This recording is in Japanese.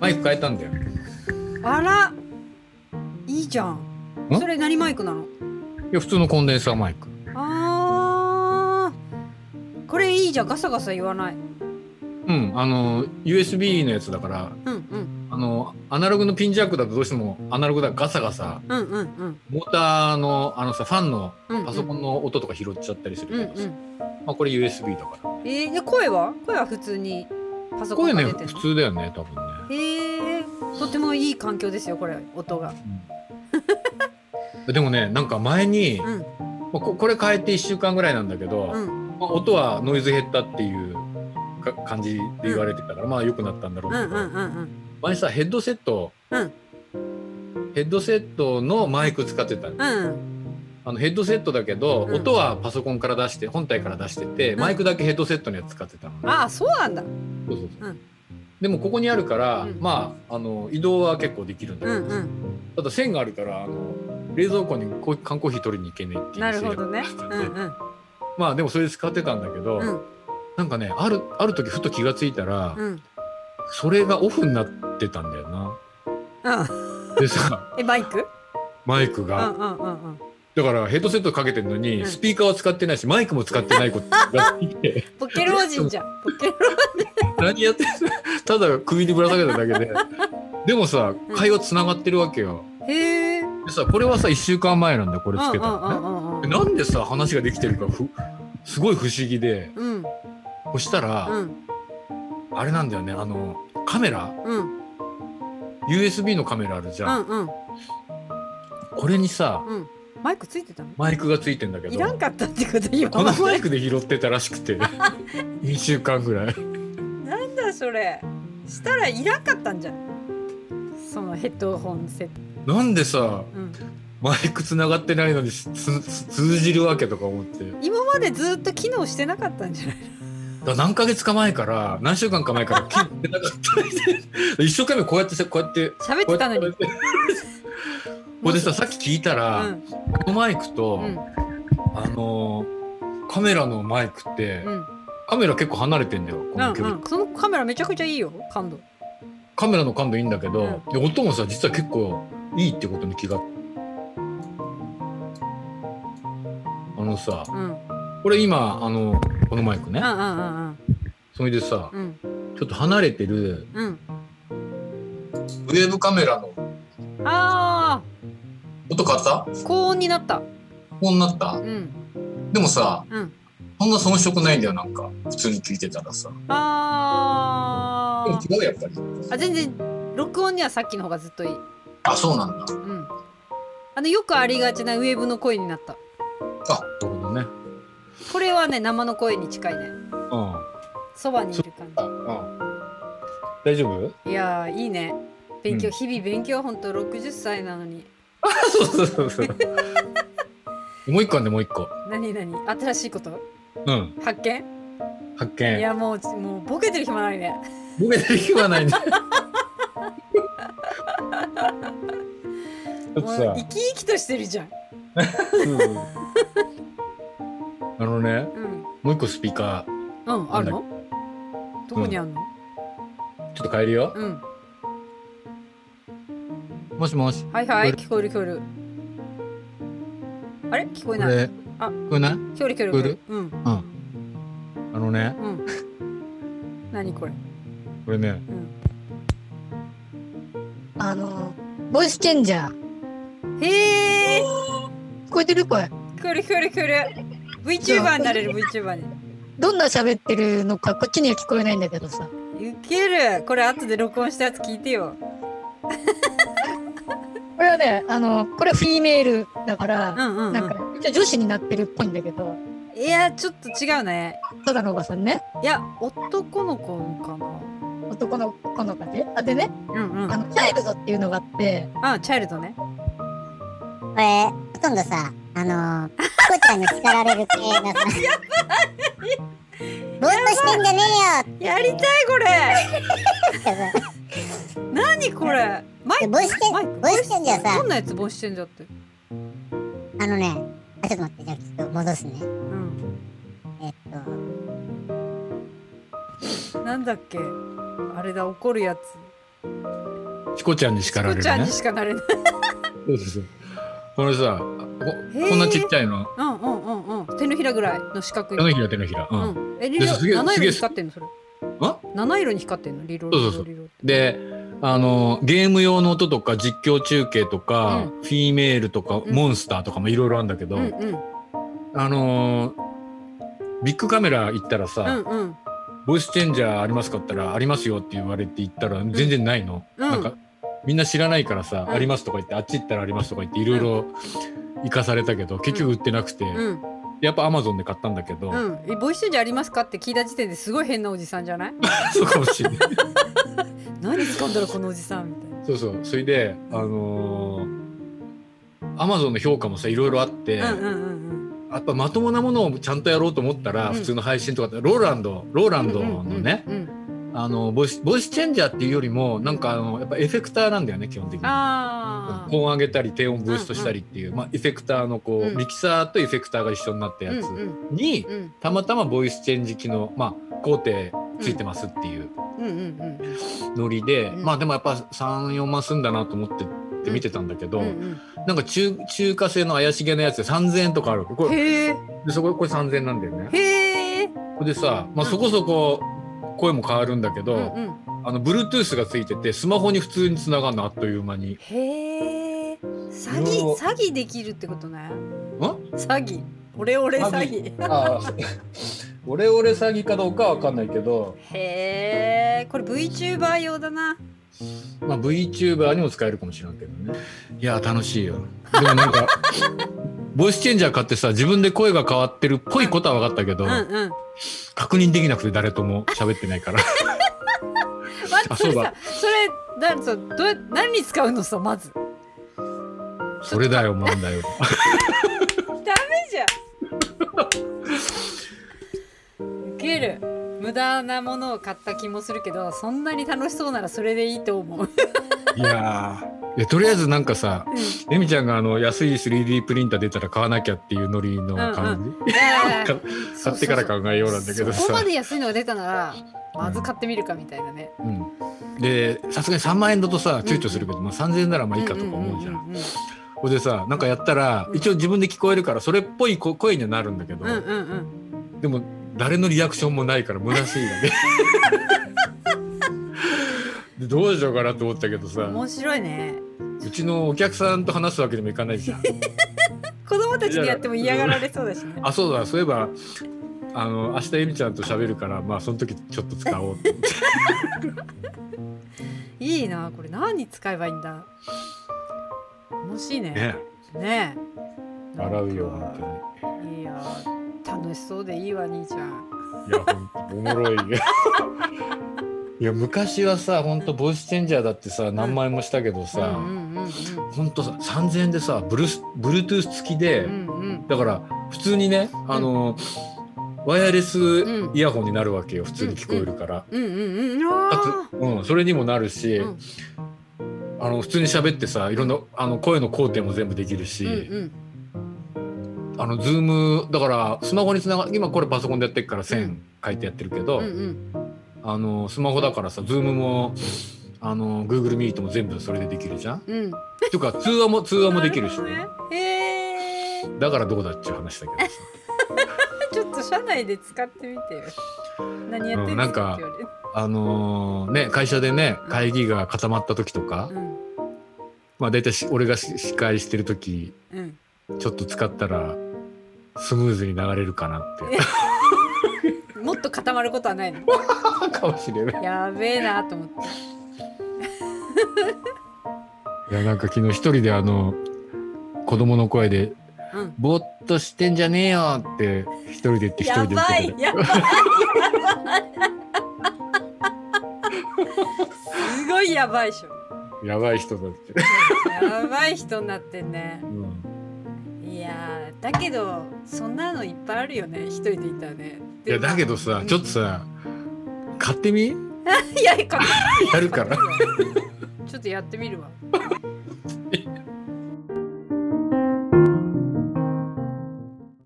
マイク変えたんだよ。あらいいじゃんんそれ何マイクなのいや普通のコンデンサーマイク。あーこれいいじゃんガサガサ言わないうん、あの USB のやつだから、うんうんあのアナログのピンジャックだとどうしてもアナログだからガサガサ、うんうんうんモーターのあのさファンのうんパソコンの音とか拾っちゃったりすうんうるからさ、んまあこれ USB だから。えー、で声は声は普通にパソコ声ンがね出てる普通だよね多分ね。へえー、とてもいい環境ですよこれ音がうんでもねなんか前に、うんまあここれ変えて1週間ぐらいなんだけど、うんまあ、音はノイズ減ったっていうか感じで言われてたから、まあ良くなったんだろううんうけんど、うんうん前さヘッドセット、うんヘッドセットのマイク使ってたのうんあのヘッドセットだけど、うん音はパソコンから出して本体から出してて、うんマイクだけヘッドセットのやつ使ってたの、ねああそうなんだそうそうそううんでもここにあるから、うんまああの移動は結構できるんだうけど、んうんただ線があるからあの冷蔵庫にコー缶コーヒー取りに行けねえっていうなるほどね制う約んがあっうてんまあでもそれで使ってたんだけど、うんなんかねあるある時ふと気がついたら、うんそれがオフになってたんだよな。うんでさえマイクマイクうんうが、んうんうんだからヘッドセットかけてるのに、うんスピーカーは使ってないしマイクも使ってないことがいてポケ老人じゃんポケ何やってんのただ首にぶら下げただけででもさうん会話つながってるわけよ。老へえでさこれはさ1週間前なんだよこれつけたのね。うんうんうんうんでなんでさ話ができてるかふすごい不思議でうんそしたら、うんあれなんだよねあのカメラうん USB のカメラあるじうゃん、んうんこれにさうんマイクついてたのマイクがついてんだけいらんどかったってこと今このマイククで拾ってたらしく て2週間ぐらいなんだそれしたらいらんかったんじゃんそのヘッドホンセットなんでさうんマイクつながってないのにつつ通じるわけとか思って今までずっと機能してなかったんじゃないだ何ヶ月か前から何週間か前から切ってなかったみたい で一生懸命こうやってさこうやって喋っこうてやったのてこうやってにこれでささっき聞いたうら、んこのマイクと、うんあのーカメラのマイクって、うんカメラ結構離れてんだよこの距離、うんうんそのカメラめちゃくちゃいいよ感度カメラの感度いいんだけど、で音もさ実は結構いいってことに気があのさうんうんこれ今あのこのマイクね、うんうんそれでさうんうんちょっと離れてるうんウェブカメラのあ音変わったー高音になったこうなったうんでもさうんそんな遜色ないんだよなんか普通に聞いてたらさあでもー違うやっぱりあ全然録音にはさっきの方がずっといい。うあそうなんだん。あのよくありがちなウェーブの声になった。あなるほどねこれはね生の声に近いね。うんそばにいる感大丈 夫じ。いやーいいね。勉強、うん日々勉強本当六十歳なのに。そうそうそうそうもう一個あんでもう一個何何新しいことうん発見？発い見やもうもうボケてる暇ないね。僕で言わないん だちょっともうさ生き生きとしてるじゃん。あのねうんもう一個スピーカうんあるの？どこにあるの？ーちょっと変えるようん、もしもしはいはい聞こえる聞こえる。あれ聞こえこない。れあこれない聞こえる聞こえこえるる。うん。あのねうん。何これ。これねあのー、ボイスチェンジャー。へえ。聞こえてるこれ。聞こえる聞こえる聞こえる。V チューバーになれる V チューバーに。どんな喋ってるのか、こっちには聞こえないんだけどさ。ウケる。これ後で録音したやつ聞いてよ。これはね、あのー、これはフィメールだから、うんうんうなんん。か、一応女子になってるっぽいんだけど、いやちょっと違うね。ただのおばさんね、いや男の子かな。男の子の感じ。あ、でね、うんうん。あの、チャイルドっていうのがあって、あチャイルドね。これ、ほとんどさ、あのー、ピコちゃんに叱られる系のさ、ぼーっとしてんじゃねやりたいこれ。えよって何これ。マイさ、クボイスチマイェクン、ボイスチェンジはさどん、なやつ防止してんじゃって。あのね、あ、ちょっと待って、じゃあちょっと戻すね。うん。えっと、なんだっけ。あれだ怒るやつ。チコちゃんに叱られチコるちゃんねに。しかなれない。 そうそうそうこれさ、へこーこんなちっちゃいの、うんうんうんうん。手のひらぐらいの四角い。手のひら手のひら。う。うんん。え、リですロすげえ七色にすげ光ってんのそれ。あ七色に光ってんのリローそうそうそうリローで、あのゲーム用の音とか実況中継とか、うフィメールとか、うんモンスターとかもいろいろあるんだけど、うんうんあのービッグカメラ行ったらさ、うんうん。ボイスチェンジャーありますかって言ったらありますよって言われて言ったら全然ないの、うんなんかみんな知らないからさ、うんありますとか言ってあっち行ったらありますとか言っていろいろ行かされたけど結局売ってなくて、うんやっぱアマゾンで買ったんだけど、うん、えボイスチェンジありますかって聞いた時点ですごい変なおじさんじゃ ない そうかもしれない何掴んだらこのおじさんみたいな。そうそうそれであのアマゾンの評価もさいろいろあって、うんうんうんやっぱまともなものをちゃんとやろうと思ったら、うん普通の配信とかってローランドローラうンん。ドのね、うんうんうんあのボイスボイスチェンジャーっていうよりもなんかあのやっぱエフェクターなんだよね基本的に。ああ。高音上げたり低音ブーストしたりっていう、まあ、エフェクターのこう、うんミキサーとエフェクターが一緒になったやつうんうんに、うんたまたまボイスチェンジ機能、まあ、工程ついてますっていううんうんノリで、うんまあでもやっぱ34万すんだなと思ってって見てたんだけうど、んうんなんか中中華製の怪しげなやつで3,000円とかあるわけこうん。れへえでそここれ3,000円なんだよね。へえ。これでさ、まあ、うんそこそこ声も変わるんだけど、うんうん。あの Bluetooth がついててスマホに普通につながるのあっという間に。へえ。い詐ろ欺いろ詐欺できるってことね。ん詐欺。オレオレ詐欺。ああ オレオレ詐欺かどうかは分かんないけど、へえ。これ VTuber 用だな。まあ、VTuber にも使えるかもしれんけどねいや楽しいよでもなんか ボイスチェンジャー買ってさ自分で声が変わってるっぽいことは分かったけど、うんうん。確認できなくて誰とも喋ってないから 待ってあそれそうさだ、それだそうどうや何に使うのさまず。ダそれだよ問題はメじゃん。ウケる。無駄なものを買った気もするけど、そんなに楽しそうならそれでいいと思う。いやーいやとりあえずなんかさエミちゃんがあの安い 3D プリンター出たら買わなきゃっていうノリの感じ、いやいやか買ってから考えようなんだけどそこまさで安いのが出たならまず買ってみるかみたいなね。うん、でさすがに3万円だとさ躊躇するけど、まあ、3,000円ならまあいいかとか思うじゃん。うんうんこれでさなんかやったら、うん一応自分で聞こえるからそれっぽいこ声にはなるんだけど、うんうんうんうんでも誰のリアクションもないから虚しい だね。でどうしようかなと思ったけどさ面白いね。うちのお客さんと話すわけにもいかないじゃん。子供たちでやっても嫌がられそうだしね。あそうだそういえばあの明日エミちゃんと喋るからまあその時ちょっと使おうって思って。いいな、これ何に使えばいいんだ。楽しいね。 ねねえ。笑うよなんか本いや、楽しそうでいいわ、兄ちゃん。当に。いやほんとおもろい。 いや昔はさほんとボイスチェンジャーだってさ何万円もしたけどうんさ。うんうんほんとさ3000円でさブルース Bluetooth 付きで、うん。うんうん。だから普通にねあの、ワイヤレスイヤホンになるわけよ普通に聞こえるから、うんうんうん。あかつうん、それにもなるし、うんあの普通に喋ってさいろんなあの声の工程も全部できるし、ーうんあのズームだからスマホにつなが今これパソコンでやってるからう1000書いてやってるけど、うん。うんうん。あのスマホだからさズームもあの Google Meet も全部それでできるじ ゃんうん。ていうか通話も通話もできるしねなほどねへえ。だからどうだっちゅう話だけどさ。ちょっと社内で使ってみてよ。何やってうんんでなすんかっかて言われて。あのーね、会社でね会議が固まった時とか、うんまあ、大体し俺がし司会してる時うん。ちょっと使ったらスムーズに流れるかなってもっと固まることはないの。かもしれないやべえなと思って。いやなんか昨日一人であの子供の声でうん「ぼーっとしてんじゃねえよ」って一人で言って一や人で言っばていたやばい すごいやばいっしょやばい人だって、やばい人になってんねうん、いやーだけどそんなのいっぱいあるよね一人でいたらねいでやだけどさうんちょっとさ買ってみいやいやこれやるからちょっとやってみるわ